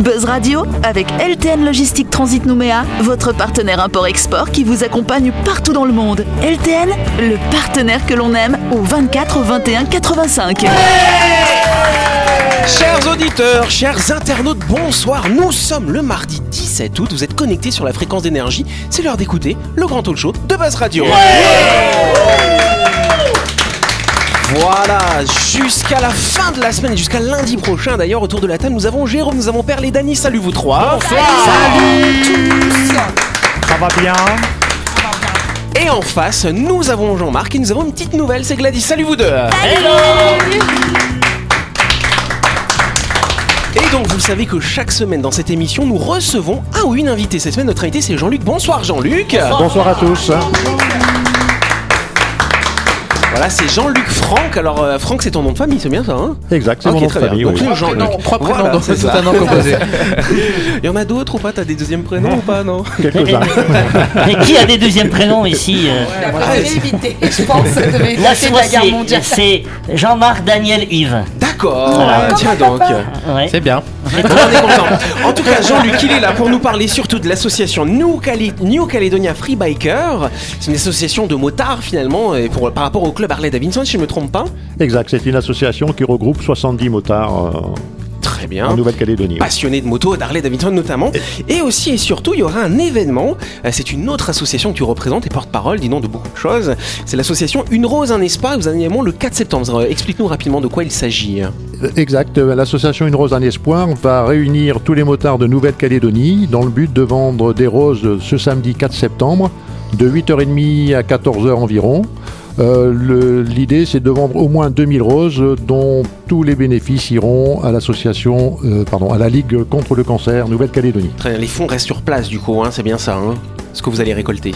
Buzz Radio avec LTN Logistique Transit Nouméa, votre partenaire import-export qui vous accompagne partout dans le monde. LTN, le partenaire que l'on aime au 24 21 85. Chers auditeurs, chers internautes, bonsoir. Nous sommes le mardi 17 août. Vous êtes connectés sur la fréquence d'énergie. C'est l'heure d'écouter le grand talk show de Buzz Radio. Voilà, jusqu'à la fin de la semaine, jusqu'à lundi prochain d'ailleurs, autour de la table, nous avons Jérôme, nous avons Perle et Dany. Salut vous trois. Ça va bien Et en face, nous avons Jean-Marc et nous avons une petite nouvelle, c'est Gladys. Salut vous deux Et donc vous savez que chaque semaine dans cette émission, nous recevons ah oui, une invitée. Cette semaine, notre invité c'est Jean-Luc. Bonsoir Jean-Luc Bonsoir à tous. Voilà, c'est Jean-Luc Franck. Alors euh, Franck c'est ton nom de famille, c'est bien ça hein Exact, c'est Ok, mon nom de très bien. famille. Donc, oui. nous, Jean-Luc. Trois prénoms Voilà, dans c'est tout ça. un nom composé. Il y en a d'autres ou pas T'as des deuxièmes prénoms ou pas Non Quelques-uns. Mais qui a des deuxièmes prénoms ici euh Ah, Je c'est- vais éviter, je pense, ça devait Là, éviter ce de la guerre mois-ci, mondiale. c'est Jean-Marc Daniel Yves. D'accord. Ah, Voilà. Tiens donc. Ouais. C'est bien. On est content. En tout cas, Jean-Luc, il est là pour nous parler surtout de l'association New, Cali- New Caledonia Free Biker. C'est une association de motards finalement, et pour, par rapport au club Harley Davidson, si je ne me trompe pas. Exact, c'est une association qui regroupe 70 motards euh, Très bien. en Nouvelle-Calédonie. passionné de moto, d'Harley Davidson notamment. Et aussi et surtout, il y aura un événement. Euh, C'est une autre association que tu représentes et porte-parole, dis donc, de beaucoup de choses. C'est l'association Une Rose, un Espace. Vous avez un événement le 4 septembre. Euh, Explique-nous rapidement de quoi il s'agit. Exact, euh, l'association Une Rose, un Espoir va réunir tous les motards de Nouvelle-Calédonie dans le but de vendre des roses ce samedi 4 septembre de 8h30 à 14h environ. Euh, le- L'idée, c'est de vendre au moins 2000 roses euh, dont tous les bénéfices iront à l'association, euh, pardon, à la Ligue contre le cancer Nouvelle-Calédonie. Très bien, les fonds restent sur place du coup, hein, c'est bien ça, hein, ce que vous allez récolter.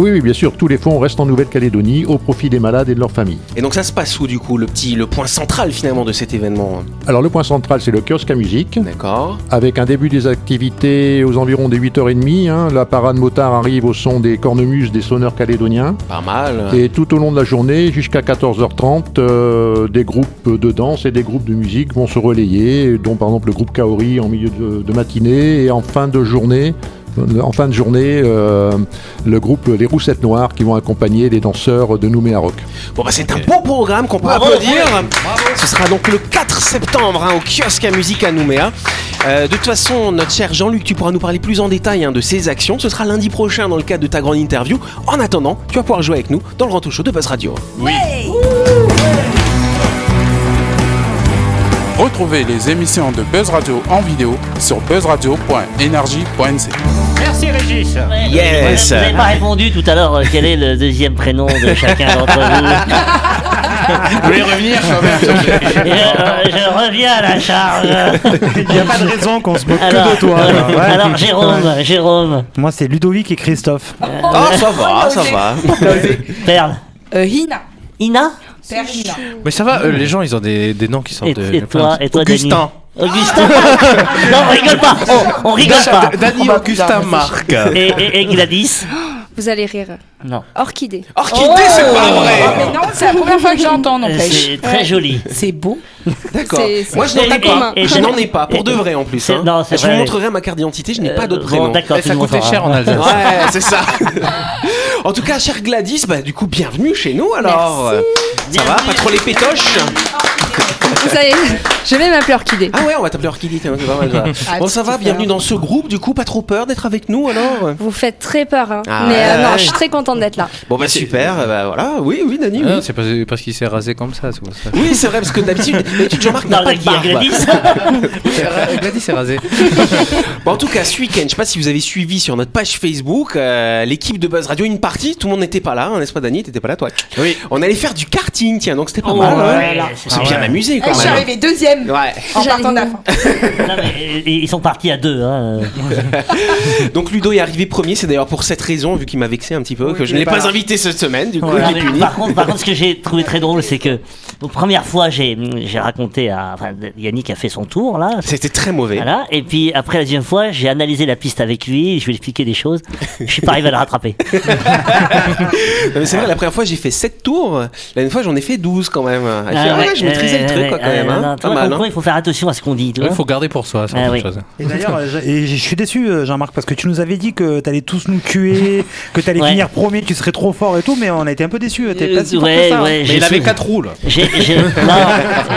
Oui, oui, bien sûr, tous les fonds restent en Nouvelle-Calédonie au profit des malades et de leurs familles. Et donc ça se passe où du coup, le petit, le point central finalement de cet événement Alors le point central, c'est le kiosque à musique, D'accord avec un début des activités aux environs des 8h30. hein. la parade motard arrive au son des cornemuses des sonneurs calédoniens. Pas mal. Et tout au long de la journée, jusqu'à 14h30, euh, des groupes de danse et des groupes de musique vont se relayer, dont par exemple le groupe Kaori en milieu de, de matinée et en fin de journée. En fin de journée, euh, le groupe Les Roussettes Noires qui vont accompagner les danseurs de Nouméa Rock. Bon bah c'est un beau programme qu'on peut applaudir. Ce sera donc le 4 septembre hein, au kiosque à musique à Nouméa. Euh, de toute façon, notre cher Jean-Luc, tu pourras nous parler plus en détail hein, de ces actions. Ce sera lundi prochain dans le cadre de ta grande interview. En attendant, tu vas pouvoir jouer avec nous dans le Grand Talk Show de Buzz Radio. Retrouvez les émissions de Buzz Radio en vidéo sur buzzradio.energie.nc. Ouais, Yes. Vous n'avez pas répondu tout à l'heure euh, quel est le deuxième prénom de chacun d'entre vous. Vous voulez revenir quand même Et, euh, je reviens à la charge. Il n'y a pas de raison qu'on se moque que de toi. alors, euh, Ouais. alors, Jérôme, Jérôme, Moi, c'est Ludovic et Christophe. Ah ça va, ça va. Perle, Euh, Hina. Ina Père Hina. Mais ça va, euh, les gens, ils ont des, des noms qui sortent et, de. et toi, et toi, Denis Augustin. Augustin Non, on rigole pas, on, on rigole pas. Dani Augustin Marc. Et, et, et Gladys euh, Vous allez rire. Non. Orchidée. Orchidée, c'est pas vrai. Oh, mais non, c'est la première fois que j'entends, Euh, n'empêche. C'est très joli. C'est beau. D'accord. C'est- c'est- Moi je n'en ai c'est pas. commun. Et Je j'ai- n'en ai pas. Pour de vrai en plus. C'est- hein. non, c'est je vous vrai. montrerai ma carte d'identité. Je n'ai pas d'autres Euh, prénoms. Bon, d'accord, Et tu ça nous coûtait feras. cher en Alsace. Ouais, c'est ça. en tout cas, chère Gladys, bah, du coup, bienvenue chez nous alors. Ça va Pas trop les pétoches Vous allez... Je vais m'appeler Orchidée. Ah ouais, on va t'appeler Orchidée, tiens, c'est pas mal ça. bon, ça va, bienvenue dans ce groupe, du coup, pas trop peur d'être avec nous alors Vous faites très peur, hein. Ah mais euh, ouais. non, je suis très contente d'être là. Bon, bah super, euh, bah voilà, oui, oui, Nani, Ah, oui. c'est parce, parce qu'il s'est rasé comme ça, c'est pour ça. Oui, c'est vrai, parce que d'habitude, d'habitude, Jean-Marc n'a Non, pas là, de Ah, bah, qui y a barbe. Gladys Gladys s'est rasé. Bon, en tout cas, ce week-end, je sais pas si vous avez suivi sur notre page Facebook, euh, l'équipe de Buzz Radio, une partie, tout le monde n'était pas là, hein, n'est-ce pas, Dani T'étais pas là, toi Oui. On allait faire du karting, tiens, donc c'était pas Oh, mal. hein. ouais, là, On c'est- s'est bien amusé Eh, quand je suis même. arrivée deuxième Ouais. en J'arrive. partant de la fin. Non, mais, euh, Ils sont partis à deux. Hein. Donc Ludo est arrivé premier, c'est d'ailleurs pour cette raison, vu qu'il m'a vexé un petit peu, que je ne l'ai pas invité cette semaine, du coup, Non, je l'ai mais puni. par, contre, par contre, ce que j'ai trouvé très drôle, c'est que la première fois, j'ai j'ai raconté à. Enfin, Yannick a fait son tour, là. C'était très mauvais. Voilà. Et puis après la deuxième fois, j'ai analysé la piste avec lui, je lui ai expliqué des choses. Je suis pas arrivé à le rattraper. Non, mais c'est vrai, la Ah, Ah, première fois j'ai fait 7 tours, la dernière fois j'en ai fait 12 quand même. Et puis, ah ouais, je maîtrisais le truc quoi, quand même. hein. non, Pas toi, mal. hein. il faut faire attention à ce qu'on dit. tu Il vois. faut garder pour soi, c'est Ah autre oui. chose. Et d'ailleurs, euh, j'ai- et je suis déçu, euh, Jean-Marc, parce que tu nous avais dit que t'allais tous nous tuer, que t'allais Ouais. finir premier, que tu serais trop fort et tout, mais on a été un peu déçus. euh, T'es pas si fort que Ouais, ça. hein. ouais, Mais j'ai il avait sous- quatre roues là. J'ai- j'ai- non,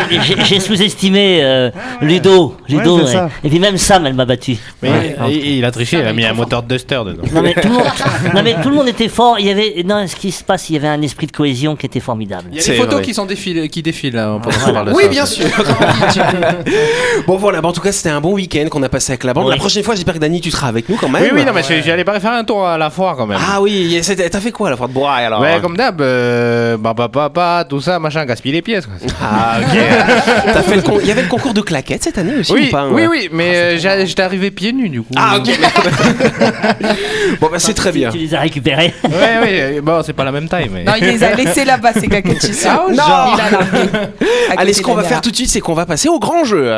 j'ai- j'ai sous-estimé euh, Ludo. Ludo Ouais, c'est ça. Et puis même Sam, elle m'a battu. Et- et il a triché, il a mis un moteur de Duster dedans. Non mais, tout le monde, non, mais tout le monde était fort. Il y avait, non, ce qui se passe, il y avait un esprit de cohésion qui était formidable. Il y a C'est des photos vrai. qui, sont défilées, qui défilent là, pendant qu'on parle de Oui, ça. bien sûr. bon, voilà. Bon, en tout cas, c'était un bon week-end qu'on a passé avec la bande. Oui. La prochaine fois, j'espère que Dany, tu seras avec nous quand même. Oui, oui, non, mais j'ai- j'allais pas faire un tour à la foire quand même. Ah oui, et c'était- t'as fait quoi la fois de bois alors Ah ouais, comme d'hab, euh, bah, bah, bah, bah, tout ça, machin, gaspiller les pièces. quoi. Ah, ok. T'as fait le con- Il y avait le concours de claquettes cette année aussi Oui, ou pas oui, hein oui, mais euh, j'ai- j'étais arrivé pieds nus du coup. Ah, ok. bon, bah, c'est très bien. Tu les as récupérés. Ouais, ouais, euh, bon, c'est pas la même taille, mais. Non, il les a laissés là-bas, ces claquettes je suis sûre. non. Il a largué. Allez, À côté ce de qu'on va la faire tout de suite, c'est qu'on va passer au grand jeu.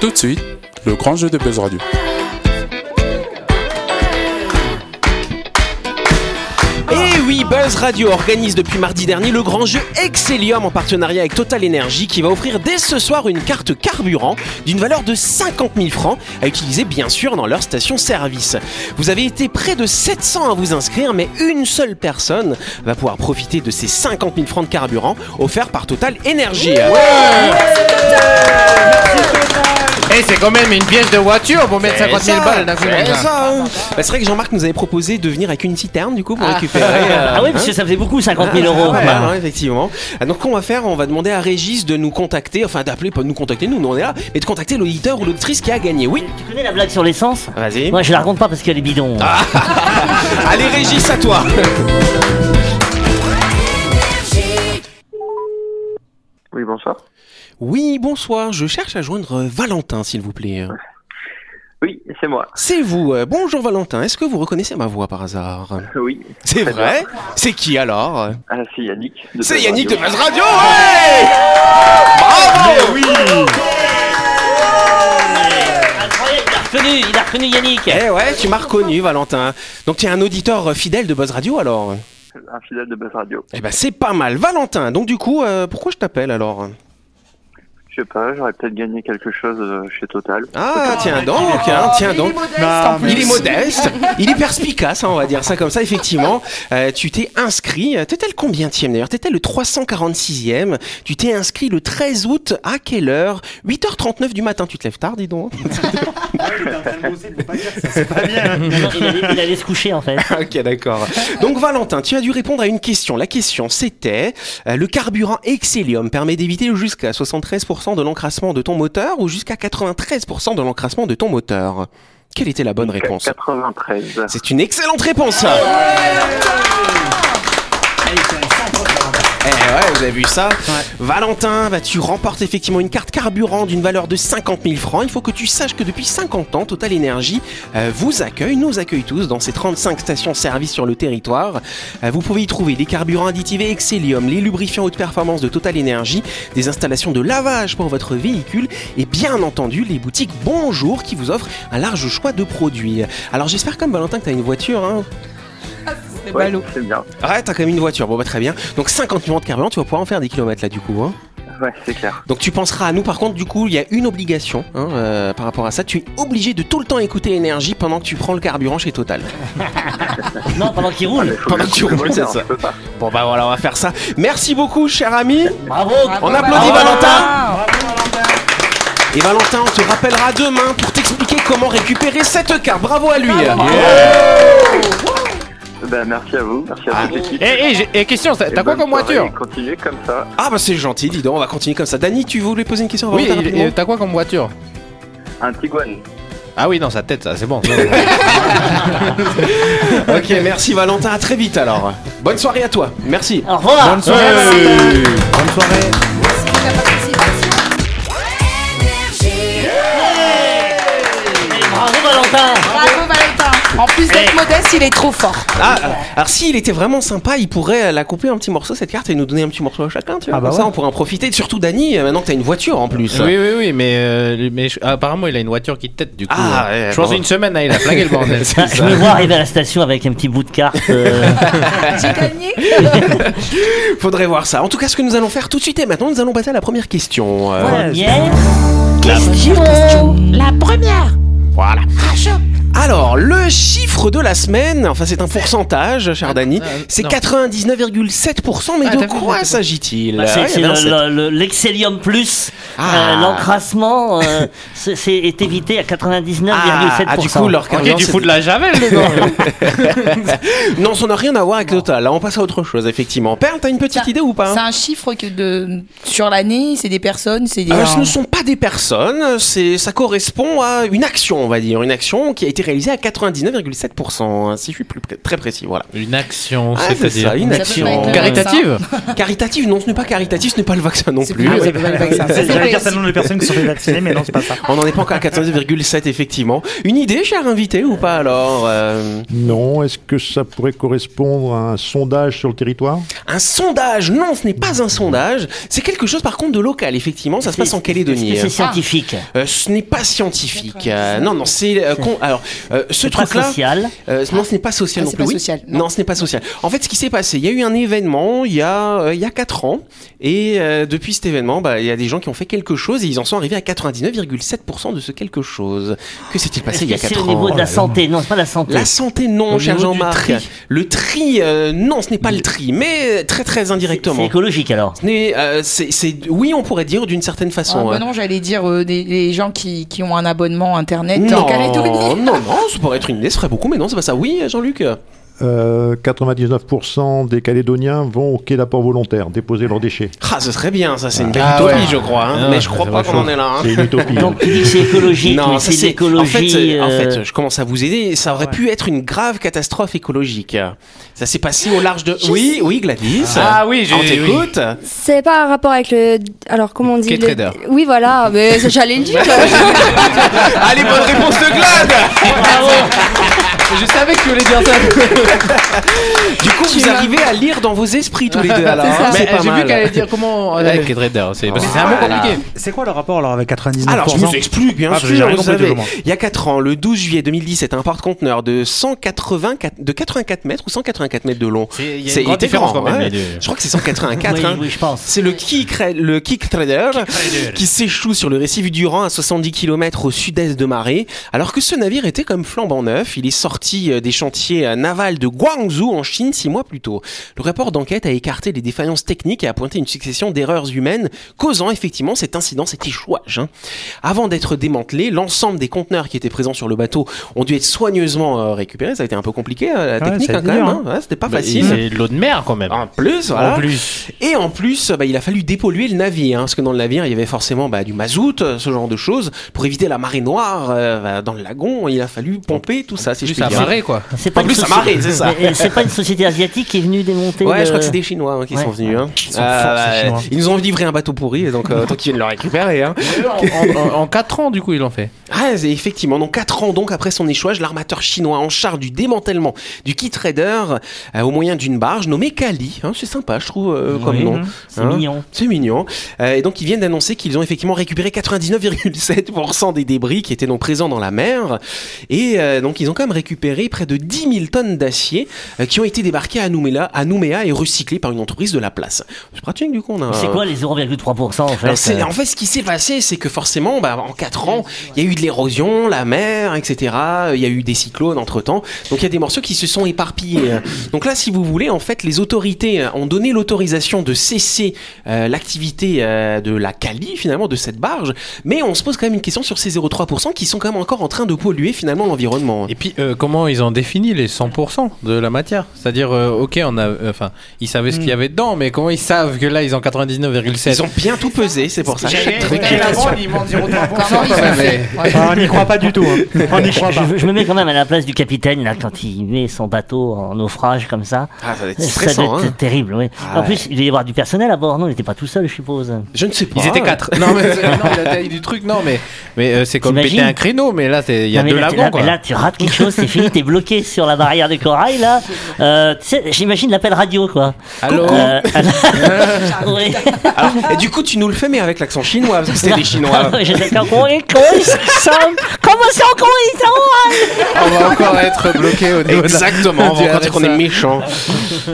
Tout de suite, le grand jeu de Buzz Radio. Et oui, Buzz Radio organise depuis mardi dernier le grand jeu Excellium en partenariat avec Total Energy qui va offrir dès ce soir une carte carburant d'une valeur de 50 000 francs à utiliser bien sûr dans leur station-service. Vous avez été près de 700 à vous inscrire, mais une seule personne va pouvoir profiter de ces 50 000 francs de carburant offerts par Total Energy. Eh, c'est quand même une pièce de voiture pour mettre 50 000 balles d'un coup. C'est comme ça. ça, hein. Bah, c'est vrai que Jean-Marc nous avait proposé de venir avec une citerne du coup pour récupérer. euh, Ah oui, parce hein. que ça faisait beaucoup, 50 000 euros. Bah, Ah, mal, hein, effectivement. Ah, donc, qu'on va faire On va demander à Régis de nous contacter, enfin d'appeler, pas de nous contacter, nous, nous, on est là, mais de contacter l'auditeur ou l'auditrice qui a gagné. Oui, Tu connais la blague sur l'essence vas-y. Moi, je la raconte pas parce qu'elle est bidon. Ah. Allez, Régis, à toi. Oui, bonsoir. Oui, bonsoir. Je cherche à joindre euh, Valentin, s'il vous plaît. Oui, c'est moi. C'est vous. Euh, bonjour, Valentin. Est-ce que vous reconnaissez ma voix par hasard Oui, C'est vrai C'est qui alors ah, c'est Yannick. de C'est Buzz Yannick de Radio. Ah, Buzz Radio. ouais Bravo Incroyable, il a reconnu, il a reconnu Yannick. Eh ouais, tu m'as reconnu, Valentin. Donc, tu es un auditeur euh, fidèle de Buzz Radio alors Un fidèle de Buzz Radio. Eh ben, c'est pas mal. Valentin, donc du coup, euh, pourquoi je t'appelle alors Je sais pas, j'aurais peut-être gagné quelque chose euh, chez Total. Ah, tiens donc, hein, tiens donc. Bah, Non, mais- Il est modeste, il est perspicace, hein, on va dire ça comme ça, effectivement. Euh, tu t'es inscrit, euh, t'étais le combien d'ailleurs T'étais le 346e. Tu t'es inscrit le 13 août à quelle heure 8h39 du matin, tu te lèves tard, dis donc. Non, non, il, allait, il allait se coucher en fait. ok, d'accord. Donc Valentin, tu as dû répondre à une question. La question c'était, euh, le carburant Excellium permet d'éviter jusqu'à 73% de l'encrassement de ton moteur ou jusqu'à 93% de l'encrassement de ton moteur Quelle était la bonne réponse 93. C'est une excellente réponse. Eh ouais, vous avez vu ça Valentin, bah, tu remportes effectivement une carte carburant d'une valeur de 50 000 francs. Il faut que tu saches que depuis 50 ans, Total Energy euh, vous accueille, nous accueille tous dans ces 35 stations-service sur le territoire. Euh, vous pouvez y trouver les carburants additivés Excellium, les lubrifiants haute performance de Total Energy, des installations de lavage pour votre véhicule et bien entendu les boutiques Bonjour qui vous offrent un large choix de produits. Alors j'espère comme Valentin que tu as une voiture. Hein. C'est Ouais, hein, ballot. c'est bien. Ouais, t'as quand même une voiture, bon bah très bien. Donc 50 000 de carburant, tu vas pouvoir en faire des kilomètres là du coup. Hein. Ouais, c'est clair. Donc tu penseras à nous, par contre du coup il y a une obligation hein, euh, par rapport à ça, tu es obligé de tout le temps écouter énergie pendant que tu prends le carburant chez Total. Non, pendant qu'il roule. Pendant que tu roules, c'est ça. Bon bah voilà, on va faire ça. Merci beaucoup cher ami. Ah, Bravo. On applaudit Valentin. Et Valentin, on te rappellera demain pour t'expliquer comment récupérer cette carte. Bravo à lui. Ben, merci à vous, merci à toute l'équipe. Eh, eh, j'ai- eh, question, t'as Et t'as quoi ben, bonne comme soirée, voiture Continuez comme ça. Ah bah c'est gentil, dis donc, on va continuer comme ça. Dany, tu voulais poser une question à Oui, Valentin il- rapidement eh, t'as quoi comme voiture Un Tiguan. Ah oui, non, sa tête, ça, c'est bon. Ok, merci Valentin, à très vite alors. Bonne soirée à toi, merci. Au revoir. Bonne soirée. Bravo Valentin. Bravo Valentin. En plus d'être Eh. modeste, s'il est trop fort. Ah, euh, alors s'il était vraiment sympa, il pourrait euh, la couper en petits morceaux cette carte et nous donner un petit morceau à chacun, tu vois. Ah bah Comme ça, ouais. on pourrait en profiter. Surtout Dani, euh, maintenant que t'as une voiture en plus. Oui, oui, oui, mais, euh, lui- mais je- apparemment il a une voiture qui tête du coup. Ah, euh, ouais, je pense bon. une semaine, là, il a plagué le bordel. Ah, je me vois arriver à la station avec un petit bout de carte. euh, J'ai gagné. Faudrait voir ça. En tout cas, ce que nous allons faire tout de suite et maintenant, nous allons passer à la première question. Euh, Première Question La première Voilà. Alors, le chiffre de la semaine, enfin c'est un pourcentage, cher Dani, Ah, euh, c'est non. 99,7%, mais Ah, de t'as vu, quoi t'as vu. s'agit-il Bah, Ouais, c'est il c'est y avait un sept. le- le- le- l'excellium plus, Ah. euh, l'encrassement euh, c'est- c'est- est évité à 99,7%. Ah, du coup, leur Ok, tu c'est- fous de la javel dedans. Non, ça n'a rien à voir avec Total. Là, on passe à autre chose, effectivement. Perle, t'as une petite Bah, idée ou pas hein C'est un chiffre que de sur l'année, c'est des personnes, c'est des. Euh, ce ne sont pas des personnes, c'est ça correspond à une action, on va dire, une action qui a été réalisée à 99,7%, hein, si je suis plus, très précis, voilà. Une action, Ah, c'est c'est-à-dire. ça, une Ça peut pas action. être- Caritative, Caritative caritative, non, ce n'est pas caritatif, ce n'est pas le vaccin non C'est plus. plus- ouais, c'est pas le vaccin. C'est- C'est J'allais dire vrai. c'est le nombre de personnes qui sont fait vacciner, mais non, c'est pas ça. On n'en est pas encore à 99,7 effectivement. Une idée, cher invité, ou pas alors euh, Non, est-ce que ça pourrait correspondre à un sondage sur le territoire Un sondage Non, ce n'est pas un sondage. C'est quelque chose par contre de local, effectivement. Ça se passe en Calédonie. hein. Est-ce que c'est scientifique Euh, ce n'est pas scientifique. Euh, non, non, c'est euh, con- alors euh, ce C'est pas truc-là. social. euh, non, ce n'est pas social Ah, non c'est plus. pas oui. social, non. non. ce n'est pas social. En fait, ce qui s'est passé, il y a eu un événement il y a euh, il y a quatre ans, et euh, depuis cet événement, bah, il y a des gens qui ont fait quelque chose et ils en sont arrivés à 99,7% de ce quelque chose. Que s'est-il Est-ce passé il y que a c'est quatre au ans oh niveau de la santé Non, c'est pas la santé. La santé, non, Au cher niveau du Jean-Marc. tri. Le tri, euh, non, ce n'est pas le tri, mais euh, très très C'est indirectement. écologique alors. Ce n'est, euh, c'est- c'est- oui, on pourrait dire d'une certaine Ah, façon. bah euh, non, j'allais dire euh, des, les gens qui, qui ont un abonnement internet en non, Calédonie. non, non, ça pourrait être une idée, ce serait beaucoup, mais non, c'est pas ça. Oui, Jean-Luc euh, Euh, 99% des Calédoniens vont au quai d'apport volontaire déposer leurs déchets. Ah, ce serait bien, ça, c'est une belle Ah utopie, ouais. je crois. hein, Ah mais ouais, je crois c'est pas vrai qu'on en est là. hein. C'est une utopie. Donc tu dis que c'est écologique, mais ça, c'est de En fait, l'écologie. c'est- en euh, fait, je commence à vous aider. Ça aurait pu être une grave catastrophe écologique. Ça s'est passé au large de. Oui, oui, Gladys. Ah oui, j'ai- On t'écoute. C'est pas un rapport avec le. Alors comment on dit Quai le- trader. Oui, voilà, mais ça, j'allais le dire. Allez, bonne réponse de Glad Ah Je savais que tu voulais dire ça. Du coup, vous arrivez à lire dans vos esprits tous les deux. Alors, hein. Mais euh, c'est pas J'ai vu mal. qu'elle allait dire comment. euh, Avec les traders, Ah, c'est parce que c'est un mot compliqué. C'est quoi le rapport alors avec 99% Alors, je vous explique, bien Ah, j'ai sûr. rien Vous compris, savez, toujours, moi. il y a 4 ans, le 12 juillet 2017, un porte-conteneur de 184, de 84 mètres ou 184 mètres de long. C'est C'est- il était grand, hein. les deux. Je crois que c'est 184. oui, hein. oui, je pense. C'est le kick, ra- le kick trader qui s'échoue sur le récif du Rang à 70 km au sud-est de Marais. Alors que ce navire était comme flambant neuf, il est sorti euh, des chantiers euh, navals de Guangzhou en Chine six mois plus tôt. Le rapport d'enquête a écarté les défaillances techniques et a pointé une succession d'erreurs humaines causant effectivement cet incident, cet échouage. hein. Avant d'être démantelé, l'ensemble des conteneurs qui étaient présents sur le bateau ont dû être soigneusement euh, récupérés. Ça a été un peu compliqué euh, la Ouais, technique ça a hein, été quand même. dur, hein. Ouais, C'était pas Bah, facile. C'est de l'eau de mer quand même. En plus, voilà. En plus. Et en plus, bah, il a fallu dépolluer le navire, hein, parce que dans le navire, il y avait forcément bah, du mazout, euh, ce genre de choses, pour éviter la marée noire euh, bah, dans le lagon. Il a fallu pomper tout ça, si je Plus puis à dire. marée quoi. C'est pas En une plus, ça soci- m'arrête, c'est ça. Mais, euh, C'est pas une société asiatique qui est venue démonter. Ouais, le- je crois que c'est des Chinois hein, qui Ouais. sont venus. hein. Ils sont forts, ces ouais. Chinois. ils nous ont livré un bateau pourri, et donc euh, tant qu'ils viennent le récupérer. Hein. En 4 ans du coup, ils l'ont fait. Ah, c'est- effectivement. Donc, 4 ans donc après son échouage, l'armateur chinois en charge du démantèlement du key trader euh, au moyen d'une barge nommée Kali. hein, c'est sympa, je trouve, euh, comme Mhm. Oui. nom. C'est Hein mignon. C'est mignon. Euh, et donc ils viennent d'annoncer qu'ils ont effectivement récupéré 99,7% des débris qui étaient donc présents dans la mer. Et euh, donc ils ont quand même récupéré près de 10 000 tonnes d'acier euh, qui ont été débarquées à Nouméa, à Nouméa et recyclées par une entreprise de la place. C'est pratique du coup. On a... C'est quoi les 0,3% en fait Alors, Euh. c'est- euh, en fait, ce qui s'est passé, c'est que forcément, bah, en 4 ans, il y a eu de l'érosion, la mer, etc. euh, Il y a eu des cyclones entre temps. Donc, il y a des morceaux qui se sont éparpillés. hein. Donc là, si vous voulez, en fait, les autorités euh, ont donné l'autorisation de cesser euh, l'activité euh, de la Cali, finalement, de cette barge. Mais on se pose quand même une question sur ces 0,3% qui sont quand même encore en train de polluer, finalement, l'environnement. hein. Et puis euh, comment ils ont défini les 100% de la matière C'est-à-dire, euh, ok, on a, euh, enfin, ils savaient ce Hmm. qu'il y avait dedans, mais comment ils savent que là ils ont 99,7 Ils ont bien tout pesé, c'est pour ça. Chaque truc est- Comment ils ont fait Ouais. Ah, on n'y croit pas du tout. hein. On n'y je, croit pas. je- je me mets quand même à la place du capitaine là quand il met son bateau en naufrage comme ça. Ah, ça va être Ça stressant, doit être hein. terrible. Oui. Ah en ouais. plus, il devait y avoir du personnel à bord. Non, il n'était pas tout seul, je suppose. Je ne sais pas. Ils étaient quatre. Ah. Non mais c'est- non, mais la taille du truc, non mais mais euh, c'est comme T'imagines péter un créneau, mais là c'est- il y a Non, mais deux là, tu- lagons là, quoi. là, tu rates quelque chose, c'est fini, t'es bloqué sur la barrière de corail, là. Euh, tu sais, J'imagine l'appel radio, quoi. Oh. Allô Euh, oui. Alors, et du coup, tu nous le fais, mais avec l'accent chinois, parce que c'était des Chinois. J'étais comme, Oui, oui, ça- Comment ça, comment ils sont On va encore être bloqué au niveau de la- Exactement, on va du encore dire qu'on est RSA. méchant.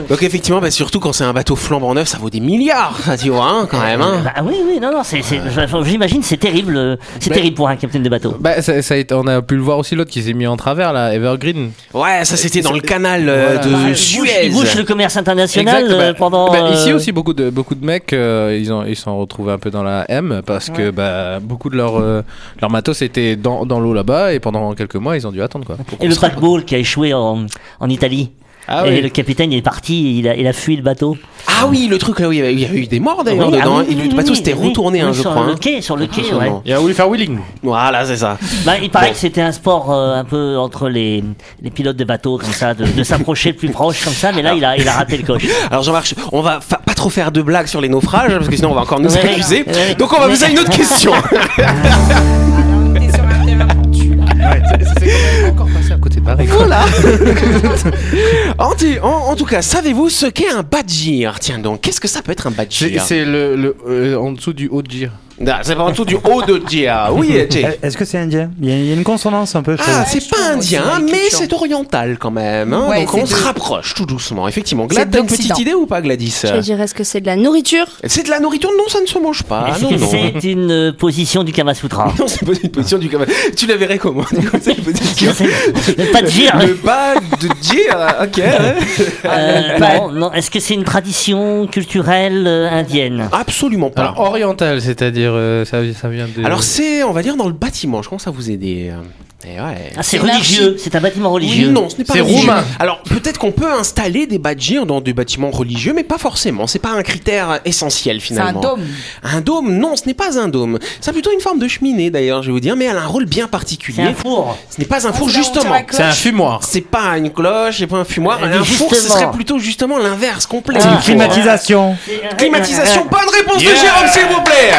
Donc, effectivement, bah, surtout quand c'est un bateau flambant neuf, ça vaut des milliards, ça, tu vois, hein, quand même. hein. Bah oui, oui, non, non, c'est- c'est- j'imagine, c'est terrible. euh, C'est Mais- terrible pour un capitaine de bateau. Bah, ça, ça a été- on a pu le voir aussi l'autre qui s'est mis en travers là, Evergreen. Ouais, ça, c'était dans le canal euh, Voilà. de Ah, Il bouche- Suez. il bouche le commerce international Exact, bah, euh, pendant. Bah, ici euh, aussi beaucoup de beaucoup de mecs euh, ils ont ils se sont retrouvés un peu dans la M parce que bah beaucoup de leur euh, leur matos était dans, dans l'eau là-bas et pendant quelques mois ils ont dû attendre quoi. pour Et le qu'on se- paquebot qui a échoué en, en Italie. Ah et oui. le capitaine il est parti, il a, il a fui le bateau. Ah oui, le truc là où il y avait- il y avait eu des morts d'ailleurs Oui, ah dedans. oui, hein. Et oui, le bateau oui, s'était oui, retourné, hein, oui, je sur crois. le hein. quai, sur le quai, ouais. Absolument. Il a voulu faire wheeling. Voilà, c'est ça. Bah, il paraît que c'était un sport euh, un peu entre les, les pilotes de bateaux comme ça, de, de s'approcher le plus proche comme ça, mais là il a, il a raté le coche. Alors Jean-Marc, on va fa- pas trop faire de blagues sur les naufrages parce que sinon on va encore nous Ouais, accuser. ouais. Donc on va Mais- poser une autre question. Voilà. en, tu- en- en tout cas, savez-vous ce qu'est un badgir Tiens donc, qu'est-ce que ça peut être un C'est badgir c'est le, le, euh, en dessous du haut de gir. Ah, C'est avant tout du haut de gir. Oui, tu sais. Est-ce que c'est indien il y, a, il y a une consonance un peu. je Ah, trouve. c'est pas indien, mais c'est oriental quand même. hein. Ouais, donc on c'est se de- rapproche tout doucement. Effectivement, C'est Glad, de t'as une petite l'Occident. idée ou pas, Gladys Je dirais ce que c'est de la nourriture. C'est de la nourriture Non, ça ne se mange pas. Est-ce Ah, Non, que non. c'est une euh, position du Kama Sutra Non, c'est pas une position du camarade. Tu la verrais comment du coup, cette position C'est- Pas de gire Le bas de dire, ok. ouais. euh, Non, non. Est-ce que c'est une tradition culturelle euh, indienne Absolument pas. Alors Alors, oriental, c'est-à-dire euh, ça, ça vient de. c'est, on va dire, dans le bâtiment. Je commence à vous aider. euh. Eh ouais. Ah, C'est C'est religieux, c'est un bâtiment religieux. Oui, non, ce n'est pas C'est religieux. roumain. Alors peut-être qu'on peut installer des badges dans des bâtiments religieux, mais pas forcément. C'est pas un critère essentiel C'est un finalement. dôme. Un dôme Non, ce n'est pas un dôme. C'est plutôt une forme de cheminée d'ailleurs, je vais vous dire, mais elle a un rôle bien C'est un particulier. four. Ce n'est pas un four Ah, c'est là où on tire justement. la cloche. C'est un fumoir. C'est pas une cloche, c'est pas un fumoir. Elle dit Un four, ce justement. serait plutôt justement l'inverse complet. C'est une Ah. Un four. Climatisation. Climatisation, bonne réponse Yeah. de Jérôme, s'il vous plaît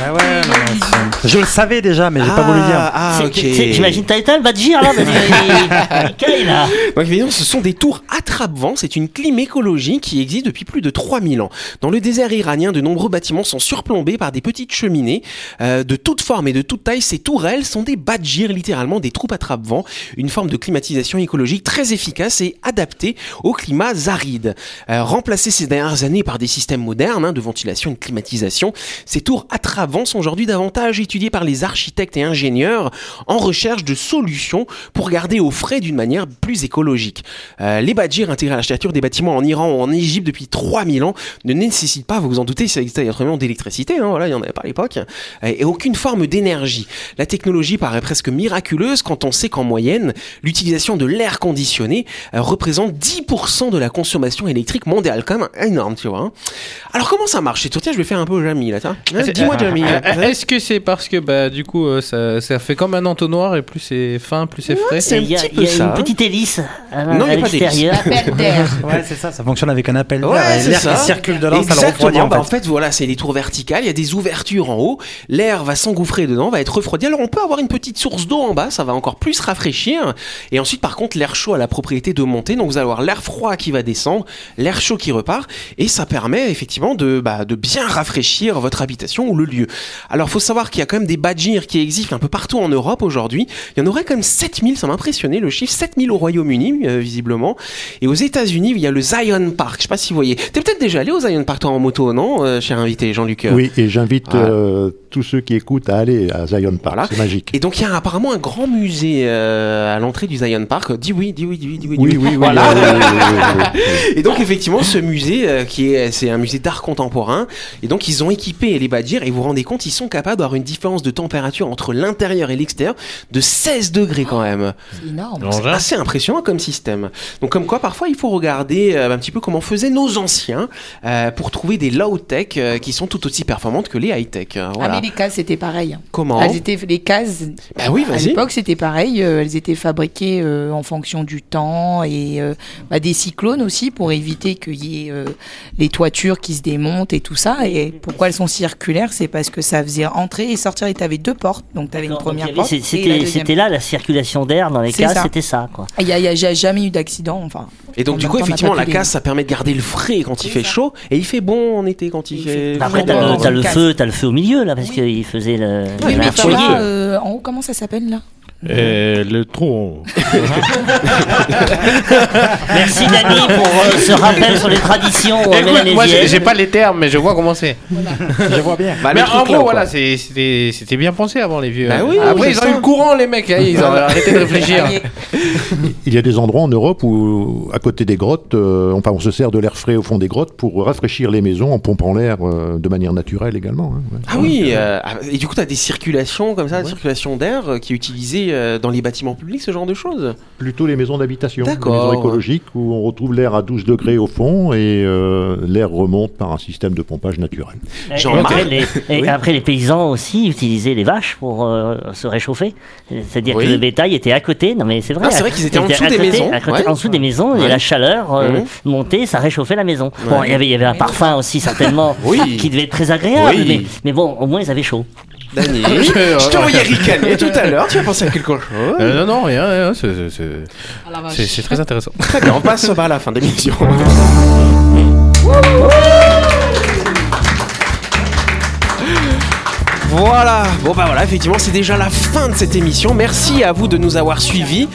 Ah ouais, non, non, c'est- je le savais déjà, mais j'ai pas voulu dire. Ah, C'est- ok. c'est- c'est- J'imagine t'as éteint le badgir là, parce qu'il- il caille là. Donc, évidemment, ce sont des tours attrape-vent. C'est une clim écologique qui existe depuis plus de 3000 ans. Dans le désert iranien, de nombreux bâtiments sont surplombés par des petites cheminées. Euh, de toute forme et de toute taille, ces tourelles sont des badgirs, littéralement des troupes attrape-vent. Une forme de climatisation écologique très efficace et adaptée aux climats arides. Euh, remplacées ces dernières années par des systèmes modernes hein, de ventilation et de climatisation, ces tours attrape-vent sont aujourd'hui davantage étudiées par les architectes et ingénieurs en recherche de solutions pour garder au frais d'une manière plus écologique. Euh, les badgirs intégrés à l'architecture des bâtiments en Iran ou en Égypte depuis 3000 ans ne nécessitent pas, vous vous en doutez, ça existait il y a 3000 ans, d'électricité, hein, voilà, il n'y en avait pas à l'époque, euh, et aucune forme d'énergie. La technologie paraît presque miraculeuse quand on sait qu'en moyenne, l'utilisation de l'air conditionné euh, représente 10% de la consommation électrique mondiale, quand même énorme, tu vois. hein. Alors comment ça marche C'est tout, tiens, je vais faire un peu au Jamie là, tiens. Hein, C'est- Dis-moi euh, Jamie. euh, hein. Est-ce que c'est parce que bah du coup euh, ça, ça fait comme un entonnoir et plus c'est fin, plus c'est frais. c'est- Et Il y a, un petit il y a peu ça, une hein. petite hélice euh, à, Non, il y a à pas d'hélice. l'extérieur. Appel d'air. Ouais, c'est ça, ça fonctionne avec un appel Ouais, d'air. c'est et L'air ça. qui circule de l'air, ça le Exactement. refroidit en Bah, fait. en fait, voilà, c'est les tours verticales. Il y a des ouvertures en haut. L'air va s'engouffrer dedans, va être refroidi. Alors, on peut avoir une petite source d'eau en bas. Ça va encore plus rafraîchir. Et ensuite, par contre, l'air chaud a la propriété de monter. Donc, vous allez avoir l'air froid qui va descendre, l'air chaud qui repart. Et ça permet effectivement de, bah, de bien rafraîchir votre habitation ou le lieu. Alors, faut savoir qu'il y a quand même des badgirs qui existent un peu partout en Europe aujourd'hui. Il y en aurait quand même 7000. Ça m'a impressionné le chiffre. 7000 au Royaume-Uni, euh, visiblement. Et aux États-Unis, il y a le Zion Park. Je sais pas si vous voyez. T'es peut-être déjà allé au Zion Park, toi, en moto, non, euh, cher invité Jean-Luc euh Oui, et j'invite Voilà. euh, tous ceux qui écoutent à aller à Zion Park. Voilà. C'est magique. Et donc, il y a apparemment un grand musée euh, à l'entrée du Zion Park. Dis oui, dis oui, dis oui, dis oui. dis Oui, oui, oui. Voilà. euh, oui, oui, oui, oui. Et donc effectivement, ce musée, euh, qui est, c'est un musée d'art contemporain, et donc ils ont équipé les badgers, et vous vous rendez compte, ils sont capables d'avoir une différence de température entre l'intérieur et l'extérieur de 16 degrés quand même. C'est énorme. C'est assez impressionnant comme système. Donc comme quoi, parfois, il faut regarder euh, un petit peu comment faisaient nos anciens euh, pour trouver des low-tech euh, qui sont tout aussi performantes que les high-tech. Euh, Ah, voilà. à. les cases, c'était pareil. Comment Elles étaient, les cases, Bah oui, à vas-y. l'époque, c'était pareil. euh, elles étaient fabriquées euh, en fonction du temps et euh, bah, des cyclones aussi pour éviter qu'il y ait euh, les toitures qui se démontent et tout ça. Et pourquoi elles sont circulaires C'est parce que ça faisait entrer et sortir. Et tu avais deux portes. Donc, tu avais une D'accord, donc il y première avait- porte. c'est- et la C'était deuxième. c'était là la circulation d'air dans les C'est cases, ça. c'était ça quoi. Il n'y a, il Ah, y a- il y a jamais eu d'accident. Enfin, Et donc, En du même coup, temps, on a effectivement, pas la tous les- casse, ça permet de garder le frais quand il fait chaud et il fait bon en été quand il fait. Après, chaud. t'as le, t'as le Casse. feu, t'as le feu au milieu là parce qu'il faisait le. Oui, mais la- t'as mercredi. là, euh, en haut, comment ça s'appelle là le tronc. Merci Dani pour euh, ce rappel sur les traditions euh, Écoute, moi j'ai j'ai mélanésiennes. pas les termes, mais je vois comment c'est. Je vois bien. Bah, le mais truc en là, gros, voilà, quoi. c'est- c'était c'était bien pensé avant les vieux. hein. Bah oui, Après, c'est ils ont ça. eu le courant, les mecs. hein, Ils ont arrêté de Ah, réfléchir. Il y a des endroits en Europe où, à côté des grottes, euh, enfin, on se sert de l'air frais au fond des grottes pour rafraîchir les maisons en pompant l'air euh, de manière naturelle également. hein, ouais. Ah oui, euh, ah, et du coup, t'as des circulations comme ça, des circulations d'air euh, qui est utilisée euh, dans les bâtiments publics, ce genre de choses. Plutôt les maisons d'habitation, les D'accord. maisons écologiques où on retrouve l'air à 12 degrés au fond et euh, l'air remonte par un système de pompage naturel. Et- et Jean-Marc. après, les, et après, les paysans aussi utilisaient les vaches pour euh, se réchauffer. C'est-à-dire Oui. que le bétail était à côté. Non, mais c'est vrai. Ah, c'est vrai à- qu'ils étaient en dessous à des côté- maisons, à côté- ouais. En dessous des maisons, et Ouais. la chaleur euh, Mhm. montait, ça réchauffait la maison. Bon, il y avait, il y avait un parfum aussi, certainement, Oui. qui devait être très agréable. Oui. Mais, mais bon, au moins, ils avaient chaud. Dany, je te voyais ricaner tout à l'heure, tu as pensé à quelque chose. Euh, non, non, rien. rien, c'est- c'est- c'est- oh Ah, C'est c'est très intéressant. Très bien, on passe à la fin de l'émission. Voilà, bon bah voilà, effectivement c'est déjà la fin de cette émission. Merci à vous de nous avoir suivis.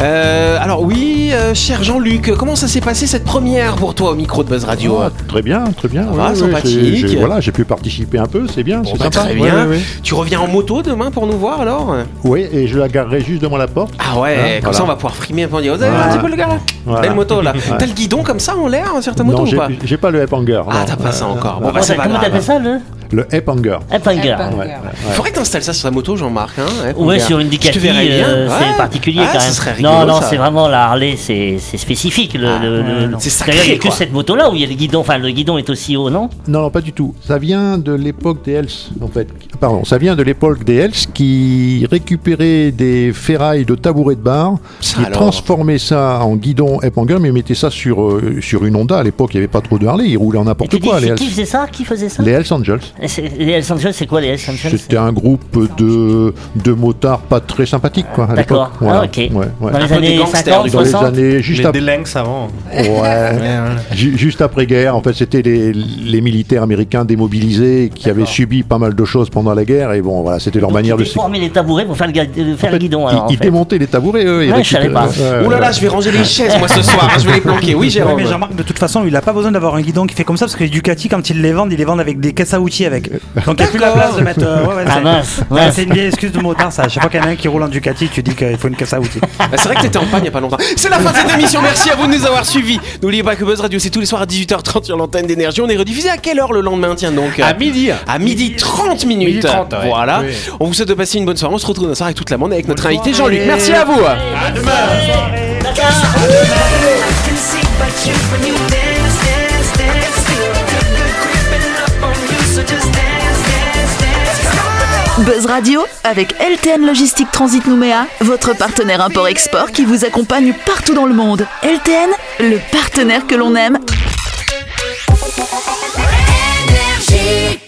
Euh, alors oui, euh, cher Jean-Luc, comment ça s'est passé cette première pour toi au micro de Buzz Radio Ah, très bien, très bien. va, j'ai- sympathique. j'ai- voilà, j'ai pu participer un peu, c'est bien, c'est bah, sympa. très Ouais, bien. ouais, ouais. Tu reviens en moto demain pour nous voir alors Oui, et je la garerai juste devant la porte. Ah ouais, Hein, comme voilà. ça on va pouvoir frimer pour dire, vous avez vu un petit peu le gars là Voilà. Belle moto là. T'as le guidon comme ça en l'air, sur ta moto non, ou j'ai- pas j'ai pas le hep hanger. Ah non. t'as pas ça encore. Bon bah Comment c'est t'a- pas comment grave. t'appelles ça, le Le hep hanger. Eppinger. Eppinger. Faudrait que t'installes ça sur ta moto, Jean-Marc. Hein, hein, Ouais, Pierre. sur une Je te Ducati, verrais bien. euh, Ouais. c'est particulier Ah, quand ça même. serait non, rigolo, non, ça. c'est vraiment la Harley, c'est c'est spécifique. Le, Ah, le- le- ouais, non. C'est sacré, D'ailleurs, il n'y a que quoi. cette moto-là où il y a le guidon. Enfin, le guidon est aussi haut, non Non, non, pas du tout. Ça vient de l'époque des Hells, en fait. Pardon, ça vient de l'époque des Hells qui récupéraient des ferrailles de tabourets de bar, qui alors. transformaient ça en guidon hep hanger, mais mettaient ça sur, euh, sur une Honda. À l'époque, il n'y avait pas trop de Harley, ils roulaient en Et tu n'importe dis, quoi, c'est les Qui Hells. faisait ça Qui faisait ça Les Hells Angels. Et c'est- Les Hells Angels, c'est quoi les Hells Angels C'était un groupe de, de motards pas très sympathiques, quoi. à l'époque. D'accord. Ah, Voilà. ok. Ouais, ouais. Un Dans les peu des années gangsters, 50, du Dans les 60 années juste, Les après délinques avant. ouais, ju- juste après guerre, en fait, c'était les, les militaires américains démobilisés qui avaient subi pas mal de choses pendant la guerre et bon, voilà, c'était leur Donc, manière ils de. déformaient les tabourets pour faire le, ga- euh, faire En le fait, guidon. ils- Alors, en ils fait. démontaient les tabourets, eux. et Ouais, je savais récupéraient- pas. ouais, Oh là là, ouais. je vais ranger les chaises moi ce soir. hein, je vais les planquer. Oui, Oui, Jérôme. bah. mais Jean-Marc, de toute façon, il a pas besoin d'avoir un guidon qui fait comme ça parce que les Ducati, quand ils les vendent, ils les vendent avec des caisses à outils avec. Donc il n'y a plus la place de mettre. euh, ouais, ouais, Ah c'est- mince, Ouais, mince. c'est une vieille excuse de motard, ça. À chaque fois qu'il y en a un qui roule en Ducati, tu dis qu'il faut une caisse à outils. Ah, C'est vrai que t'étais en panne il n'y a pas longtemps. C'est la fin de cette émission. Merci à vous de nous avoir suivis. N'oubliez pas que Buzz Radio, c'est tous les soirs à 18h30 sur l'antenne d'énergie. On est rediffusé à quelle heure le lendemain Tiens donc. euh, À midi. À midi 30 minutes. Midi 30, ouais. Voilà. Oui. On vous souhaite de passer une bonne soirée. On se retrouve demain soir avec toute la monde avec notre invité Jean-Luc. Merci à vous. Buzz Radio avec LTN Logistique Transit Nouméa, votre partenaire import-export qui vous accompagne partout dans le monde. LTN, le partenaire que l'on aime Énergie.